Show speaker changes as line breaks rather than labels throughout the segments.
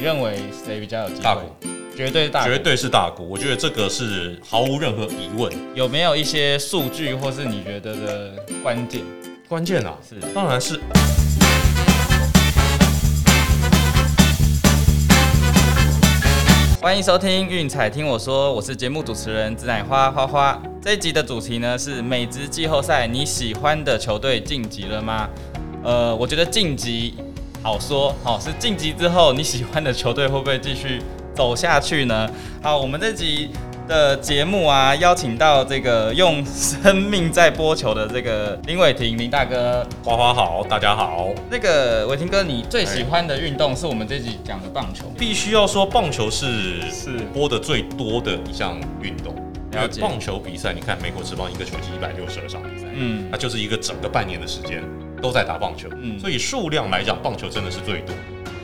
认为谁比较有机
大
会
股？
绝对大股，
绝对是大股，我觉得这个是毫无任何疑问。
有没有一些数据或是你觉得的关键？
关键啊，
是
当然是
欢迎收听《运彩听我说》，我是节目主持人紫奶花花花。这一集的主题呢是美职季后赛，你喜欢的球队晋级了吗？呃，我觉得晋级好说，好、是晋级之后你喜欢的球队会不会继续走下去呢？好，我们这集的节目啊，邀请到这个用生命在播球的这个林伟霆林大哥。
花花好，大家好。
那个伟霆哥，你最喜欢的运动是我们这集讲的棒球，
必须要说，棒球是
是
播的最多的一项运动。因
了
为
解
哎棒球比赛，你看美国职棒一个球季一百六十二场比赛，
嗯
那就是一个整个半年的时间都在打棒球，
嗯
所以数量来讲，棒球真的是最多。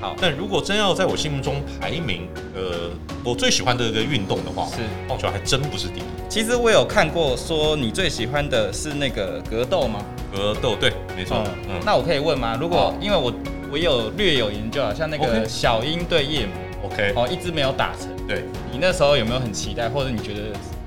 好
但如果真要在我心目中排名，呃，我最喜欢的一个运动的话，
是。
棒球还真不是第一。
其实我有看过，说你最喜欢的是那个格斗吗？哦
格斗对，没错，嗯，
那我可以问吗？如果
好
因为我我有略有研究啊，像那个
OK
小鹰对夜魔，
OK，
哦，一直没有打成，
对，
你那时候有没有很期待，或者你觉得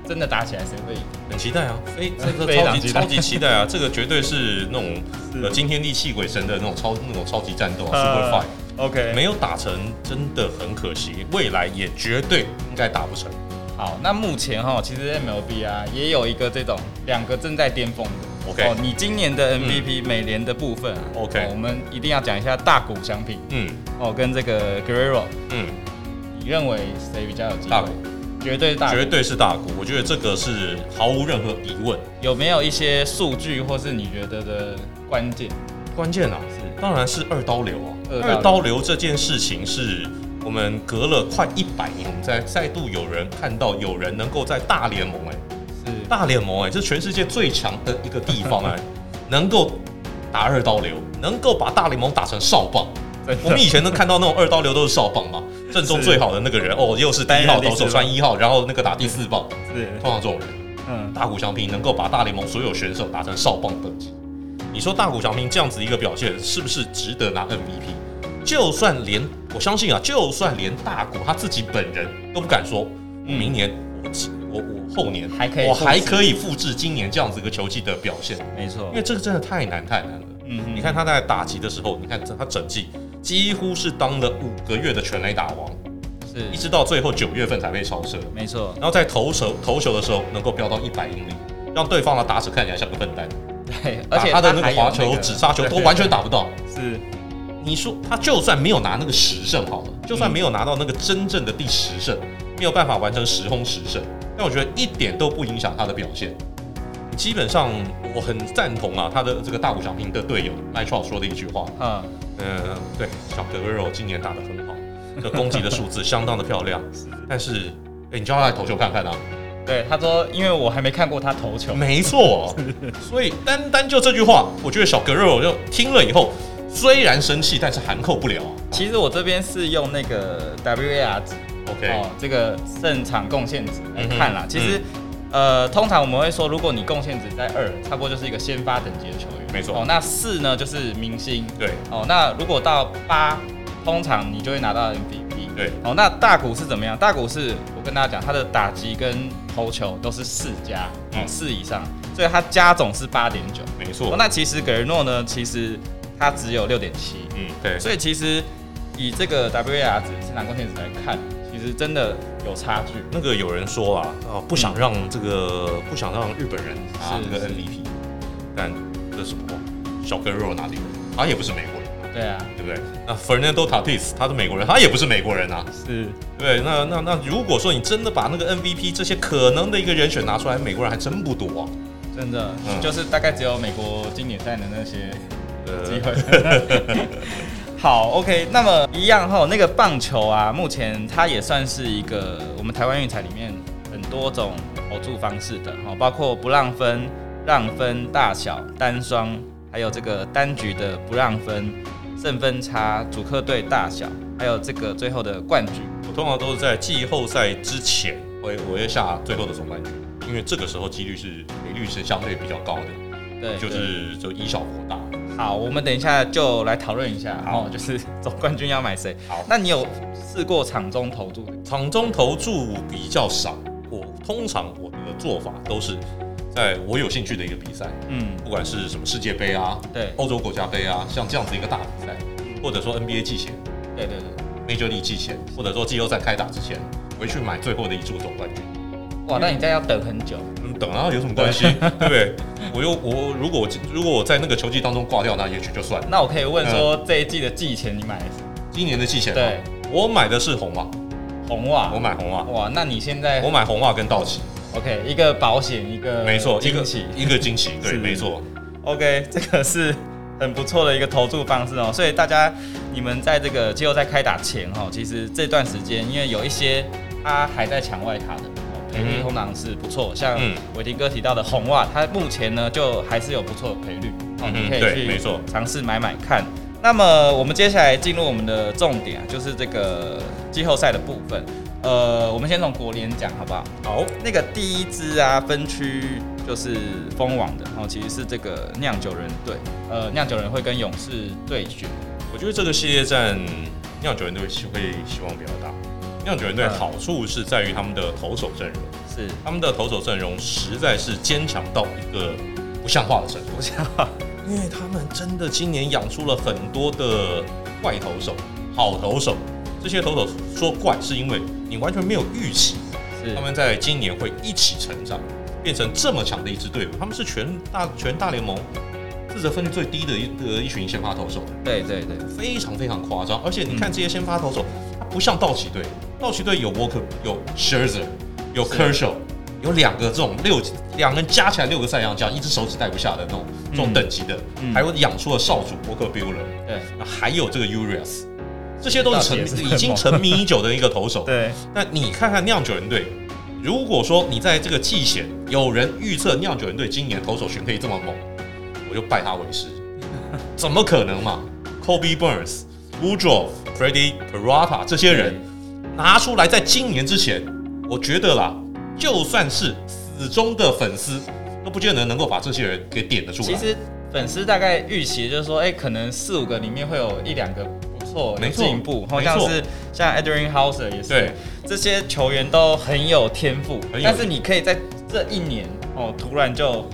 真的打起来谁会赢？
很期待啊，非
嗯
这个
非
超
常
级
期待
超级期待啊， 这个绝对是那种
是
呃惊天地泣鬼神的那种超那种超级战斗
哦
啊，Super Fight。
OK，
没有打成，真的很可惜，未来也绝对应该打不成。
好，那目前哈，其实 MLB 啊也有一个这种两个正在巅峰的。
OK 嗯
哦，你今年的 MVP 美联的部分啊
OK
哦我们一定要讲一下大谷相比
嗯
哦，跟这个 Guerrero，
嗯，
你认为谁比较有机会？
大股
绝对大谷
嗯绝对是大股，我觉得这个是毫无任何疑问。
有没有一些数据或是你觉得的关键？
关键啊，
是
当然是二刀流啊。
二刀流
二刀流这件事情是我们隔了快一百年，我们在再度有人看到有人能够在大联盟哎、
是
大联盟哎、这全世界最强的一个地方哎、能够打二刀流，能够把大联盟打成少棒。我们以前能看到那种二刀流都是少棒嘛，正中最好的那个人哦，又是第一
担
号
任第
投
四
手
棒
穿一号，然后那个打第四棒，
是
通常这种人
嗯
大谷翔平能够把大联盟所有选手打成少棒等级。你说大谷翔平这样子一个表现，是不是值得拿 MVP？就算连我相信啊，就算连大谷他自己本人都不敢说，
嗯
明年我只我我后年
还可以
我
复制
还可以复制今年这样子一个球季的表现，
没错
因为这个真的太难太难了。
嗯哼
你看他在打击的时候，你看他整季几乎是当了五个月的全垒打王，一
是
直到最后九月份才被超车。
没错，
然后在投手投球的时候能够飙到一百英里，让对方的打者看起来像个笨蛋，
对，而
而
且
且他的那
还
个
有
滑球、直杀球都完全打不到。
是
你说他就算没有拿那个十胜好了，就算没有拿到那个真正的第十胜，没有办法完成十轰十胜，但我觉得一点都不影响他的表现。基本上我很赞同啊，他的这个大谷翔平的队友麦超说的一句话，
嗯
嗯，对，小德威尔今年打得很好，这攻击的数字相当的漂亮，但是。哎，你叫他来投球看看啊！
对，他说因为我还没看过他投球，
没错，所以单单就这句话，我觉得小格瑞尔就听了以后，虽然生气，但是含扣不了啊。
其实我这边是用那个 WAR 值
OK，、
哦，这个胜场贡献值来看啦
嗯，哼
其实。呃，通常我们会说，如果你贡献值在二，差不多就是一个先发等级的球员，
没错
哦，那四呢就是明星，
对
哦，那如果到八，通常你就会拿到 MVP。
对，
哦，那大股是怎么样？大股是我跟大家讲，他的打击跟投球都是四加，哦
嗯，
四以上，所以他加总是八点九。
没
哦
错，，
那其实格雷诺呢，其实他只有六点七，
嗯，对，
所以其实以这个 WAR 值生产贡献值来看，其实真的有差距。
那个有人说啊，啊，不想让这个不想让日本人拿
是
这嗯啊个
是
MVP，但这是什么话？小格瑞尔哪里人？他也不是美国人啊，
对啊，
对不对？那 Fernando Tatis 他是美国人，他也不是美国人啊。
是
对，那那那如果说你真的把那个 MVP 这些可能的一个人选拿出来，美国人还真不多啊。
真的，
嗯
就是大概只有美国经典赛的那些
呃
机会。 好，OK，那么一样哈，那个棒球啊，目前它也算是一个我们台湾运彩里面很多种投注方式的哈，包括不让分、让分大小、单双，还有这个单局的不让分、胜分差、主客队大小，还有这个最后的冠军。
我通常都是在季后赛之前，我也我会下最后的总冠军，因为这个时候几率是赔率是相对比较高的，
哎对，
就是就以小博大。
好，我们等一下就来讨论一下，
好
哦， 就是总冠军要买谁。
好
那你有试过场中投注的？
场中投注比较少，我通常我的做法都是在我有兴趣的一个比赛，
嗯，
不管是什么世界杯啊、
对，
欧洲国家杯啊，像这样子一个大比赛，或者说 NBA 季前、
对对对。
Major League 季前，或者说季后赛开打之前，回去买最后的一注总冠军。
哇，那你这样要等很久。
嗯，等啊，有什么 关系？对不对？我又我如果我如果我在那个球季当中挂掉，那也许就算了。
那我可以问说，
嗯
这一季的季前你买了谁
今年的季前，
对，啊
我买的是红袜，
红袜
我？买红袜，
哇，那你现在
我买红袜跟道奇，
OK 一个保险一个
没错，一
惊
个
喜
一个惊喜，对，
是
没错，
OK，这个是很不错的一个投注方式哦。所以大家，你们在这个季后赛开打前哦，其实这段时间，因为有一些他还在抢外卡的。哦赔率
嗯
通常是不错，像
嗯
伟霆哥提到的红袜，它目前呢就还是有不错的赔率，哦，
嗯
你
哼
可
对
以
没
去
错
尝试买买看。那么我们接下来进入我们的重点啊，就是这个季后赛的部分。呃，我们先从国联讲好不好？
好，
那个第一支啊，分区就是封王的，哦，其实是这个酿酒人队，呃，酿酒人会跟勇士对决，
我觉得这个系列战酿酒人队希会希望比较大。酿酒人队
嗯
好处是在于他们的投手阵容，
是
他们的投手阵容实在是坚强到一个不像话的程度，
不像话，
因为他们真的今年养出了很多的怪投手、好投手。这些投手说怪，是因为你完全没有预期
是
他们在今年会一起成长，变成这么强的一支队伍。他们是全大全大联盟自责分率最低的一的一群先发投手，
对对对，
非常非常夸张。而且你看这些先发投手，他不像道奇队，道奇队有 Walker、有 Scherzer、有
是
Kershaw，有两个这种六两个人加起来六个赛扬奖，一只手指带不下的那种这种
嗯
等级的，
嗯
还有养出了少主 Walker Buehler，
对
还有这个 Urias，这些都是
道奇也是
沉
很
已经
猛
沉迷已久的一个投手。
对，
那你看看酿酒人队，如果说你在这个季前有人预测酿酒人队今年投手群可以这么猛，我就拜他为师。怎么可能嘛？Kobe Burns、Woodrow、Freddie Peralta 这些人拿出来，在今年之前，我觉得啦，就算是死忠的粉丝，都不见得能够把这些人给点得住
其
来。
实粉丝大概预期就是说，哎、可能四五个里面会有一两个不错，
没
有
错
进步，好
没
像
错
是像 Adrian Hauser 也是，
对，
这些球员都很有天赋
很有，
但是你可以在这一年哦，突然就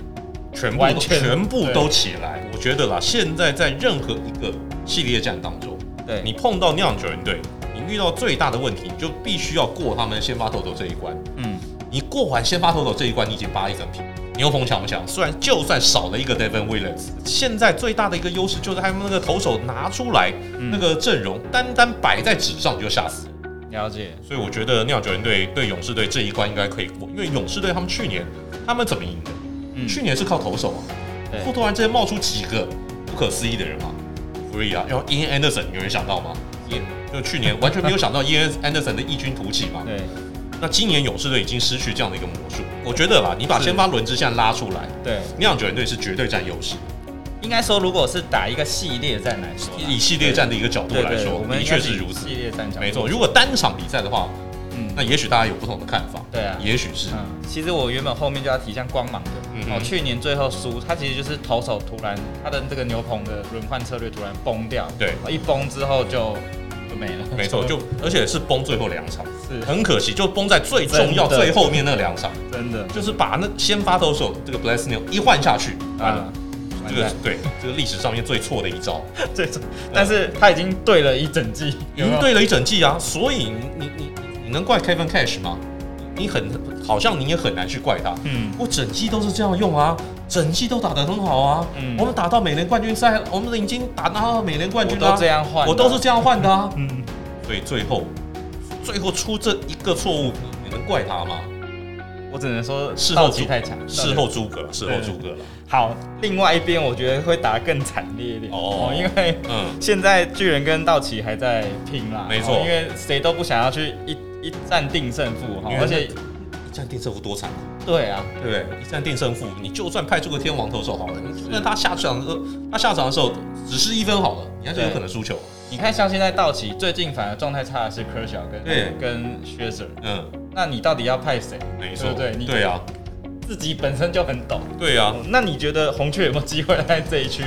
全
完
部
全
全部都起来。我觉得啦，现在在任何一个系列战当中，
对，
你碰到酿酒人队，你遇到最大的问题，你就必须要过他们先发投手这一关。
嗯，
你过完先发投手这一关，你已经扒一整平。你又疯抢不抢？虽然就算少了一个 Devin Williams，现在最大的一个优势就是他们那个投手拿出来、
嗯
那个阵容，单单摆在纸上你就吓死人。
了解，
所以我觉得酿酒人队对勇士队这一关应该可以过，因为勇士队他们去年他们怎么赢的？
嗯，
去年是靠投手啊，
对
会突然之间冒出几个不可思议的人嘛，Free 啊，然后 Ian Anderson 有人想到吗？也就去年完全没有想到 Ian Anderson 的异军突起嘛。
对，
那今年勇士队已经失去这样的一个魔术，我觉得啦，你把先发轮值现在拉出来，
对。
酿酒人队是绝对占优势。
应该说，如果是打一个系列战来说啦，
以系列战的一个角度
对
来
对，
说
我，们
的
应该
确是如此
系。列战角
没错，，如果单场比赛的话，
嗯
那也许大家有不同的看法。
对啊
也许是。
嗯，其实我原本后面就要提像光芒的，
嗯哼
哦，去年最后输，他其实就是投手突然他的这个牛棚的轮换策略突然崩掉，哦
对，
一崩之后就就没了，
没错，就而且是崩最后两场，
是
很可惜，就崩在最重要
真的
最后面那两场。
真的
就是把那先发投手这个 Bless New 一换下去，啊
啊，，完
这 个
蛋
对这个历史上面最错的一招，
最终，但是他已经对了一整季，有没
赢
有，
对了一整季啊，所以你你你你能怪 Kevin Cash 吗？你很好像你也很难去怪他，
嗯，
我整季都是这样用啊，整季都打得很好啊，
嗯
我们打到美联冠军赛，我们已经打到美联冠
我
军
都
了
这，样换，
我都是，这样换的啊，
嗯，
所以最后最后出这一个错误，你能怪他吗？
我只能说
事后
道奇
诸
太强，
事后诸葛，事后诸葛了，
好，另外一边我觉得会打得更惨烈一点
哦
哦，因为。
嗯，
现在巨人跟道奇还在拼啦，
没错
哦因为谁都不想要去一一战定胜负哈哦
因为，
而且
一战定胜负多惨啊。
对啊，
对不对？一战定胜负，你就算派出个天王投手好了，你就算他下场的时候，他下场的时候只是一分好了，你还是有可能输球。
你看像现在道奇最近反而状态差的是 Kershaw 跟
对
跟 s c h e r z e r
嗯，
那你到底要派谁？
没错，
对不对你
对啊，
自己本身就很抖，
对啊。
哦那你觉得红雀有没有机会在这一区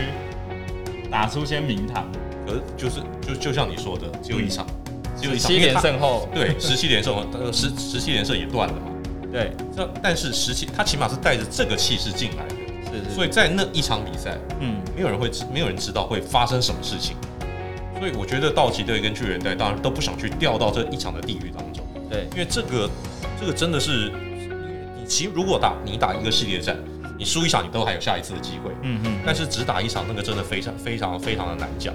打出些名堂，
可是就是就就像你说的，只有一场，只有一
嗯
场，
七
因为
连
他
胜后，
对，十七连胜，呃，十十七连胜也断了嘛。
对，
这但是十七，他起码是带着这个气势进来的，
是是，
所以在那一场比赛，
嗯，
没有人会知，没有人知道会发生什么事情。所以我觉得道奇队跟巨人队当然都不想去掉到这一场的地狱当中，
对，
因为这个这个真的是，你其实如果打你打一个系列战，你输一场你都还有下一次的机会，
嗯嗯，
但是只打一场那个真的非常非常非常的难讲。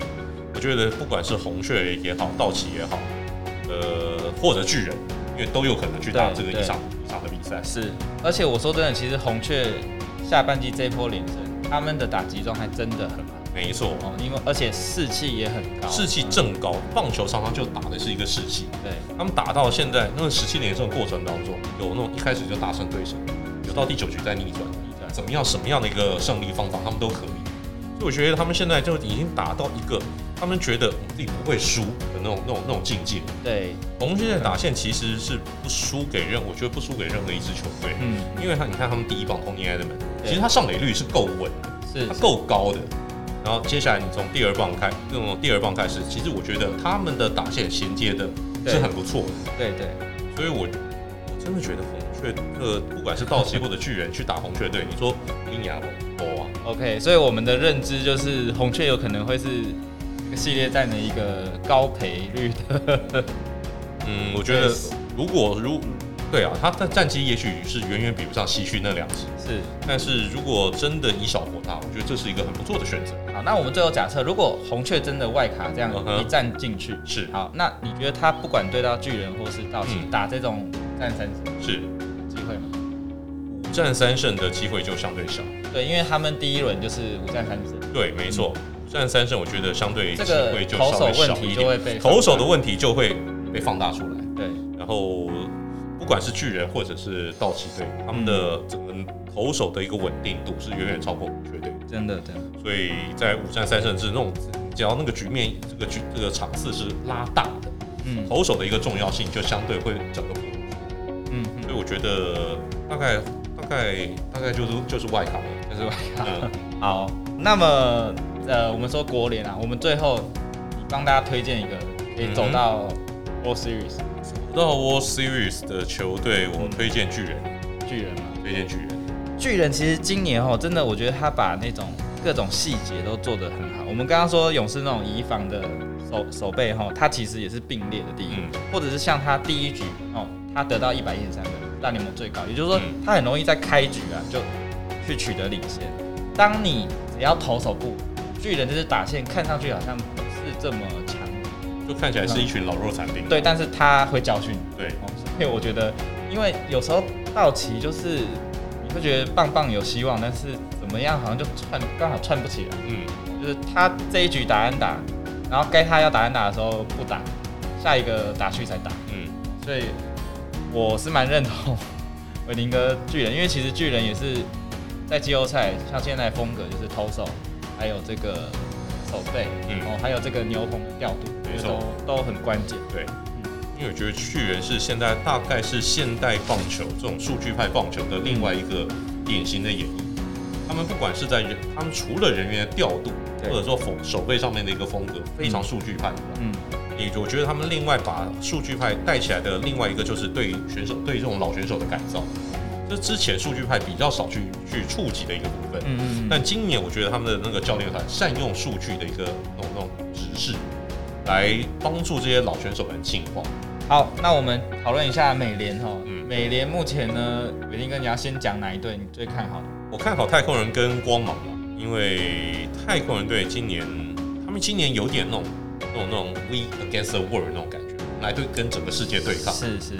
我觉得不管是红雀也好，道奇也好，呃，或者巨人，因为都有可能去打这
对
个
对
一场一场的比赛。
是。而且我说真的，其实红雀下半季这一波连胜，他们的打击状态真的很好
没错，
哦，因为而且士气也很高，
士气正高，棒球常常就打的是一个士气。
对，
他们打到现在那个十七连胜的过程当中，有那种一开始就大胜对手，有到第九局再逆转，
比赛
怎么样什么样的一个胜利方法，他们都可以。所以我觉得他们现在就已经打到一个他们觉得我们自己不会输的那种那种那种境界。
对，
红军的打线其实是不输给任，我觉得不输给任何一支球队，
嗯，
因为他你看他们第一棒 Tony Edman，
对
其实他上垒率是够稳的，
是
它够高的。然后接下来你从第二棒开，从第二棒开始，其实我觉得他们的打线衔接的
对
是很不错的，
对对，
所以我我真的觉得红雀呃，不管是道奇或者巨人去打红雀队，你说赢牙
哦
不？
啊
哇，
OK，所以我们的认知就是红雀有可能会是这个系列战的一个高赔率的，
嗯，我觉得
对是
如果如对啊，他的战绩也许是远远比不上西区那两支，
是。
但是如果真的以小博大，我觉得这是一个很不错的选择。
好，那我们最后假设，如果红雀真的外卡这样
嗯哼
一站进去，
是
好，那你觉得他不管对到巨人或是道奇、
嗯
打这种战三胜
是
有机会吗？
五战三胜的机会就相对少，
对，因为他们第一轮就是五战三胜，
对，没错，五战三胜我觉得相对机
嗯这个
会就
投
稍
手
微
问
少一
题
点
就。会被
投手的问题就会被放大出来。
对
然后，不管是巨人或者是道奇队，他们的整个投手的一个稳定度是远远超过红雀队，
真的真的
所以在五战三胜制那种，只要那个局面这个局这个场次是拉大的，
嗯
投手的一个重要性就相对会整个不一样。
嗯嗯，
所以我觉得大概大概大概就是就是外卡了。
就是外卡。
嗯，
好，那么呃，我们说国联啊，我们最后你帮大家推荐一个可以走到 World Series
到 World Series 的球队，我推荐巨人，
巨人嘛。
推荐巨人。
巨人其实今年哦，真的我觉得他把那种各种细节都做得很好。我们刚刚说勇士那种移防的手手背哈，他其实也是并列的第一，
嗯
或者是像他第一局哦，他得到一百一十三分，大联盟最高，也就是说
嗯
他很容易在开局啊就去取得领先。当你只要投手不，巨人这支打线看上去好像不是这么强，
就看起来是一群老弱残兵。啊
对，但是他会教训你。
对，
哦，所以我觉得，因为有时候道奇就是你会觉得棒棒有希望，但是怎么样好像就串刚好串不起来，
嗯，
就是他这一局打安打，然后该他要打安打的时候不打，下一个打去才打，
嗯，
所以我是蛮认同 伟林哥巨人，因为其实巨人也是在季后赛，像现在的风格就是投手，还有这个手背，
嗯
哦，还有这个牛棚的调度，
没
这
错
都都很关键，
对。嗯因为我觉得巨人是现在大概是现代棒球这种数据派棒球的另外一个典型的演绎。他们不管是在人，他们除了人员的调度，
对
或者说手手背上面的一个风格，非常数据派以外。
嗯，
你我觉得他们另外把数据派带起来的另外一个就是对选手对这种老选手的改造，这之前数据派比较少去去触及的一个部分。
嗯嗯嗯，
但今年我觉得他们的那个教练团善用数据的一个那种那种指示，来帮助这些老选手们进化。
好，那我们讨论一下美联哈。
嗯
美联目前呢，伟林哥你要先讲哪一队你最看好的？
我看好太空人跟光芒嘛，因为太空人队今年他们今年有点那种那种那种 we against the world 那种感觉，来对跟整个世界对抗，
是是，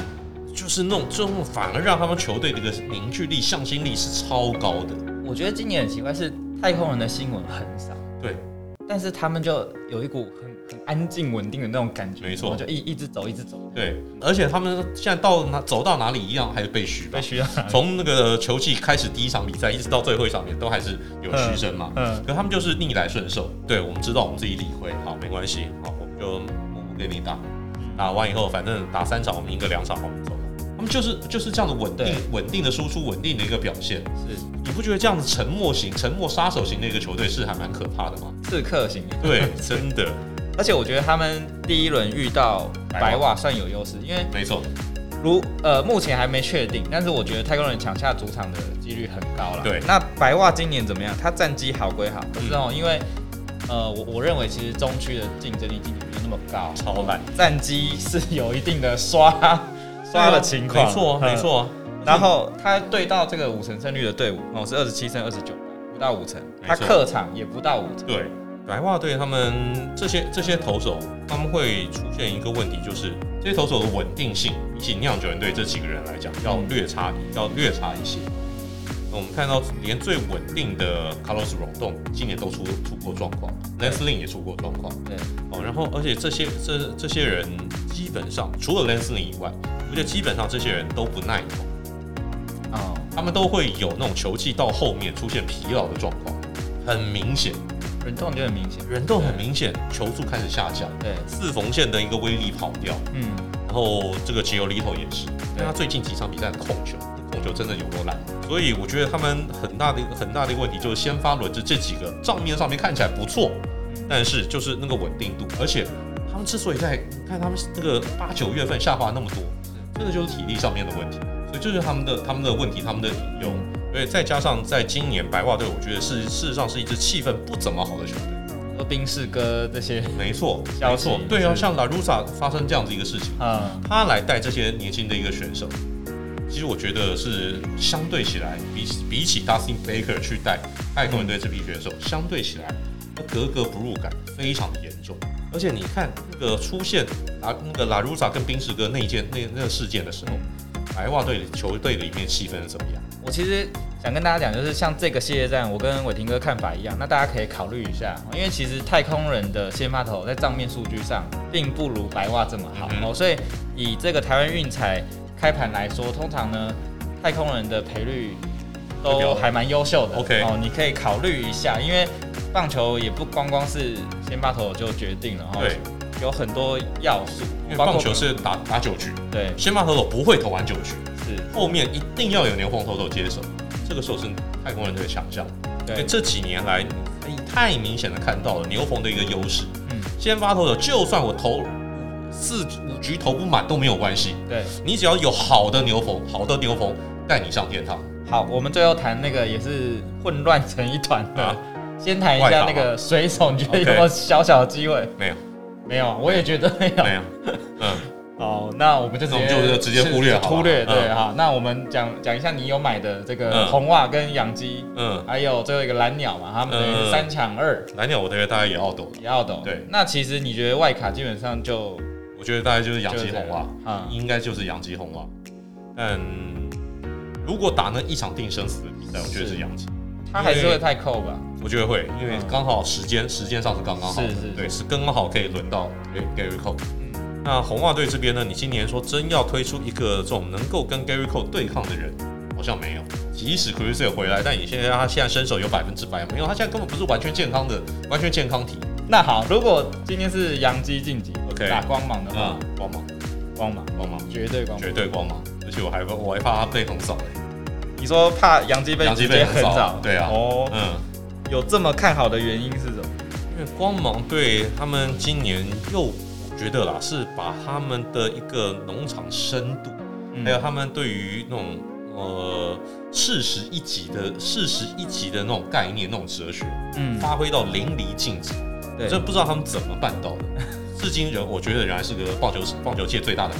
就是那种这种反而让他们球队的一个凝聚力、向心力是超高的。
我觉得今年很奇怪，是太空人的新闻很少，
对，
但是他们就有一股很很安静稳定的那种感觉，
没错
然后就一一直走一直走，
对，而且他们现在到哪走到哪里一样还是被虚吧
被。需要。
从那个球季开始第一场比赛，一直到最后一场，也都还是有嘘声嘛。
嗯，
可他们就是逆来顺受。对，我们知道我们自己理亏，好，没关
嗯
系，好，我们就默默给你打，打完以后，反正打三场我们赢个两场，好我们走了。他们就是就是这样的稳定
对、
稳定的输出、稳定的一个表现。
是
你不觉得这样子沉默型、沉默杀手型的一个球队是还蛮可怕的 吗？
刺客型。
对，真的，
而且我觉得他们第一轮遇到白袜算有优势，因为
没错，
如呃目前还没确定，但是我觉得太空人抢下主场的几率很高了。
对嗯
那白袜今年怎么样？他战绩好归好，可是哦，因为呃我我认为其实中区的竞争力竞争力没有那么高，
超烂，
战绩是有一定的 刷刷的情况，
没错啊，
嗯
没。错啊。
然后他对到这个五成胜率的队伍哦是二十七胜二十九，不到五成，
没
他
错
客场也不到五成，
对，白袜队他们这些这些投手，他们会出现一个问题，就是这些投手的稳定性，比起酿酒人队这几个人来讲，要略差，要略差一些。那我们看到，连最稳定的 Carlos Rodon 今年都出出过状况，Lance Lynn 也出过状况
对，
哦。然后，而且这些这这些人基本上，除了 Lance Lynn 以外，我觉得基本上这些人都不耐投，
哦，
他们都会有那种球技到后面出现疲劳的状况，很明显。
忍痛就很明显，
人都很明显，球速开始下降，
对，
四缝线的一个威力跑掉，
嗯，
然后这个杰尤里头也是，因为他最近几场比赛控球，控球真的有多烂，所以我觉得他们很大的一个很大的一个问题就是先发轮值这几个账面上面看起来不错，但是就是那个稳定度，而且他们之所以在你看他们那个八九月份下滑那么多，真的就是体力上面的问题，所以这就是他们的他们的问题，他们的隐忧。所以再加上在今年白袜队，我觉得是事实上是一支气氛不怎么好的球队。
说宾士哥这些，
没错，
消
没
息
错，对啊，
是
像 La Russa 发生这样子一个事情，
嗯，
他来带这些年轻的一个选手，其实我觉得是相对起来，比起比起 Dustin Baker 去带爱国人队这批选手，相对起来，那格格不入感非常的严重。而且你看那个出现啊那个 La Russa 跟宾士哥那一件那那个事件的时候，白袜队的球队里面气氛是怎么样？
我其实想跟大家讲，就是像这个系列战，我跟伟霆哥看法一样，那大家可以考虑一下，因为其实太空人的先发投在账面数据上并不如白袜这么好、
嗯哼
哦，所以以这个台湾运彩开盘来说，通常呢，太空人的赔率都还蛮优秀的
OK
哦，你可以考虑一下，因为棒球也不光光是先发投就决定了哦，
对，
有很多要素，
因为
包括
棒球是打打九局，
对
先发投手不会投完九局，
是，
后面一定要有牛棚投手接手，这个时候是太空人队的强项。因为
对，
这几年来，你太明显的看到了牛棚的一个优势。
嗯，
先发投手，就算我投四五局投不满都没有关系，
对。
你只要有好的牛棚，好的牛棚带你上天堂。
好，我们最后谈那个也是混乱成一团的，
啊
先谈一下那个水手，你觉得有
OK
没有小小的机会？
没有，
没有，我也觉得没有。
没有，嗯，
哦，那我们就直接
那我们就直接忽略好了
忽略
嗯
对哈。那我们讲讲一下你有买的这个
嗯
红袜跟养鸡，
嗯，
还有最后一个蓝鸟嘛，他们等于是
嗯
三抢二
蓝鸟我大概大概也要懂，
也要懂。
对
那其实你觉得外卡基本上就
我觉得大概就是洋基红袜，
啊，嗯
应该就是洋基红袜。但如果打那一场定生死的比赛，我觉得是洋基。
他还是会太扣吧？
我觉得会，因为
嗯
刚好时间时间上是刚刚好的，
是是
对，是刚刚好可以轮到 Gary Cole。
嗯，
那红袜队这边呢，你今年说真要推出一个这种能够跟 Gary Cole 对抗的人，好像没有。即使 c r u s e 回来，但你现在他现在身手有百分之百没有，他现在根本不是完全健康的，完全健康体。
那好，如果今天是洋基晋级
OK
打光芒的话
嗯，，光芒，
光芒
光芒，
绝对光芒。
绝对光芒。而且我还我还怕他被横扫嘞。
你说怕杨基被
杨基
直
被
接
横扫
横扫
对啊
哦，
嗯，
有这么看好的原因是什么？
因为光芒队他们今年又我觉得啦，是把他们的一个农场深度还有他们对于那种呃事实一级的事实一级的那种概念、那种哲学，
嗯，
发挥到淋漓尽致，
对，
真不知道他们怎么办到的。至今人，我觉得仍然是个棒球棒球界最大的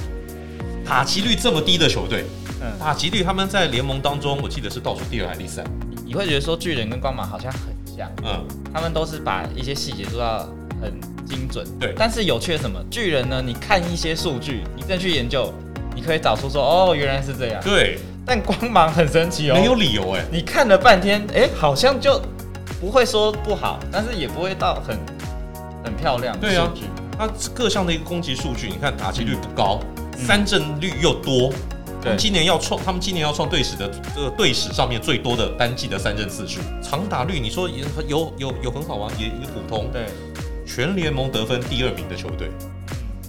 打击率这么低的球队，
嗯
打击率他们在联盟当中，我记得是倒数第二还是第三。
你你会觉得说巨人跟光芒好像很像，
嗯，
他们都是把一些细节做到很精准。
对
但是有趣的是什么？巨人呢，你看一些数据，你再去研究，你可以找出说哦，原来是这样。
对，
但光芒很神奇哦，
没有理由哎、
你看了半天，哎，好像就不会说不好，但是也不会到很很漂亮的
对啊
数据。
他各项的一个攻击数据，你看打击率不高，
嗯
三振率又多，他
对
们今年要创，他们今年要创队史的这个队史上面最多的单季的三振次数，长打率你说也有有有很好啊，也也普通，
对，
全联盟得分第二名的球队，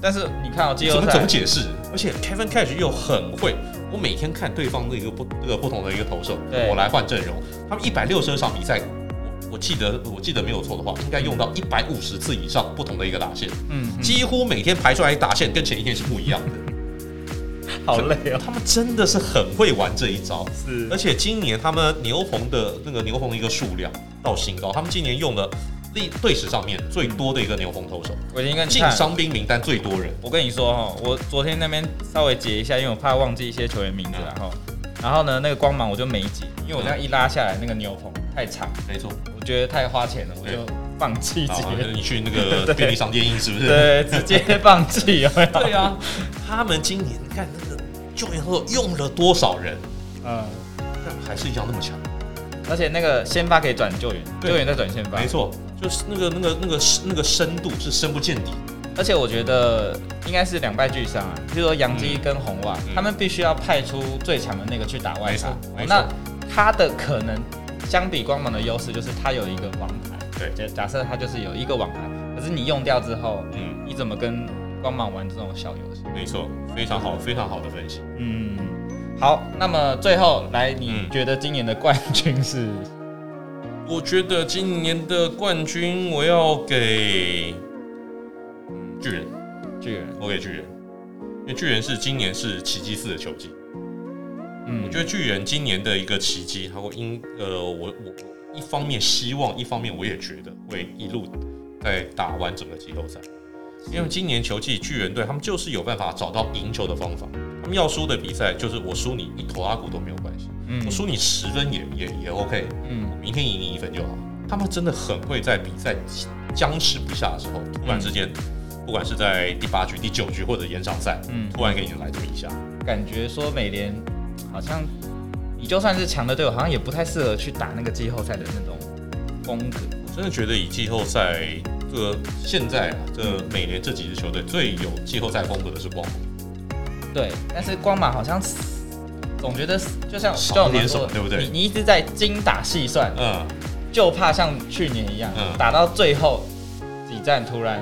但是你看哦，季
怎
后
么怎么
赛
解释？而且 Kevin Cash 又很会，我每天看对方的一个不这个不同的一个投手
对，
我来换阵容。他们一百六十二场比赛，我我记得我记得没有错的话，应该用到一百五十次以上不同的一个打线，
嗯，嗯
几乎每天排出来的打线跟前一天是不一样的。
好累哦，
他们真的是很会玩这一招，
是
而且今年他们牛棚的那个牛棚的一个数量到新高，他们今年用了历队史上面最多的一个牛棚投手，
我已经跟你
进
看，
伤兵名单最多人。
我跟你说哈，我昨天那边稍微解一下，因为我怕忘记一些球员名字然后，然后呢，那个光芒我就没解，因为我这样一拉下来，那个牛棚太长，
没错，
我觉得太花钱了，我就放弃解
好，，你去那个便利商店印是不是？
对，直接放弃，有没有？
对啊，他们今年看那个救援后用了多少人，
嗯，
但还是一样那么强。
而且那个先发可以转救援，
对
救援再转先发
没，错，就是那个那个那个那个深度是深不见底。
而且我觉得应该是两败俱伤啊，比如说杨基跟红袜，
嗯
他们必须要派出最强的那个去打外卡
没错没，错
那他的可能相比光芒的优势就是他有一个王牌，
对
假假设他就是有一个王牌，可是你用掉之后，
嗯，
你怎么跟光芒玩这种小游戏？
没错，非常好，非常好的分析。
嗯，好，那么最后来，你
嗯
觉得今年的冠军是？
我觉得今年的冠军我要给嗯巨人，
巨人，
我给巨人，因为巨人是今年是奇迹四的球季。
嗯，
我觉得巨人今年的一个奇迹，他会因呃，我我我一方面希望，一方面我也觉得会一路在打完整个季后赛，因为今年球季巨人队他们就是有办法找到赢球的方法。他们要输的比赛就是我输你一头阿股都没有关系，
嗯
我输你十分也也也 OK，
嗯
我明天赢你一分就好。他们真的很会在比赛僵持不下的时候，突然之间，不管是在第八局、第九局或者延长赛，
嗯，
突然给你来这么一下。
感觉说美联好像你就算是强的队友，好像也不太适合去打那个季后赛的那种风格。
我真的觉得以季后赛这个现在啊，这美联这几支球队最有季后赛风格的是光芒，
对，但是光芒好像总觉得就像
少
就像我们
点什
说
么
的，
对不对
你你一直在精打细算，
嗯，
就怕像去年一样，
嗯
打到最后几站突然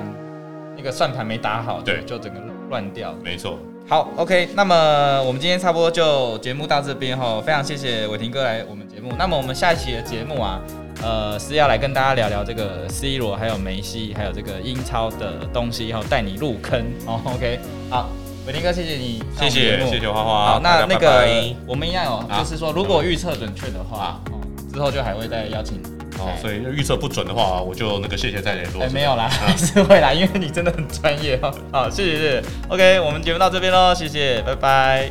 那个算盘没打好，
对
就整个乱掉。
没错，
好，OK，那么我们今天差不多就节目到这边哈，非常谢谢伟霆哥来我们节目。那么我们下一期的节目啊，呃，是要来跟大家聊聊这个 C 罗，还有梅西，还有这个英超的东西，然后带你入坑。哦，OK，好，伟霆哥，谢谢你上
谢
我们节
谢
目，
谢谢花花，
好，那
大家
那
拜拜
个我们一样哦，
啊
就是说如果预测准确的话，哦之后就还会再邀请你。
哦，所以预测不准的话，我就那个谢谢再联络
哎，，没有啦，
啊
还是会啦，因为你真的很专业哦。好，谢谢，谢谢。OK，我们节目到这边喽，谢谢，拜拜。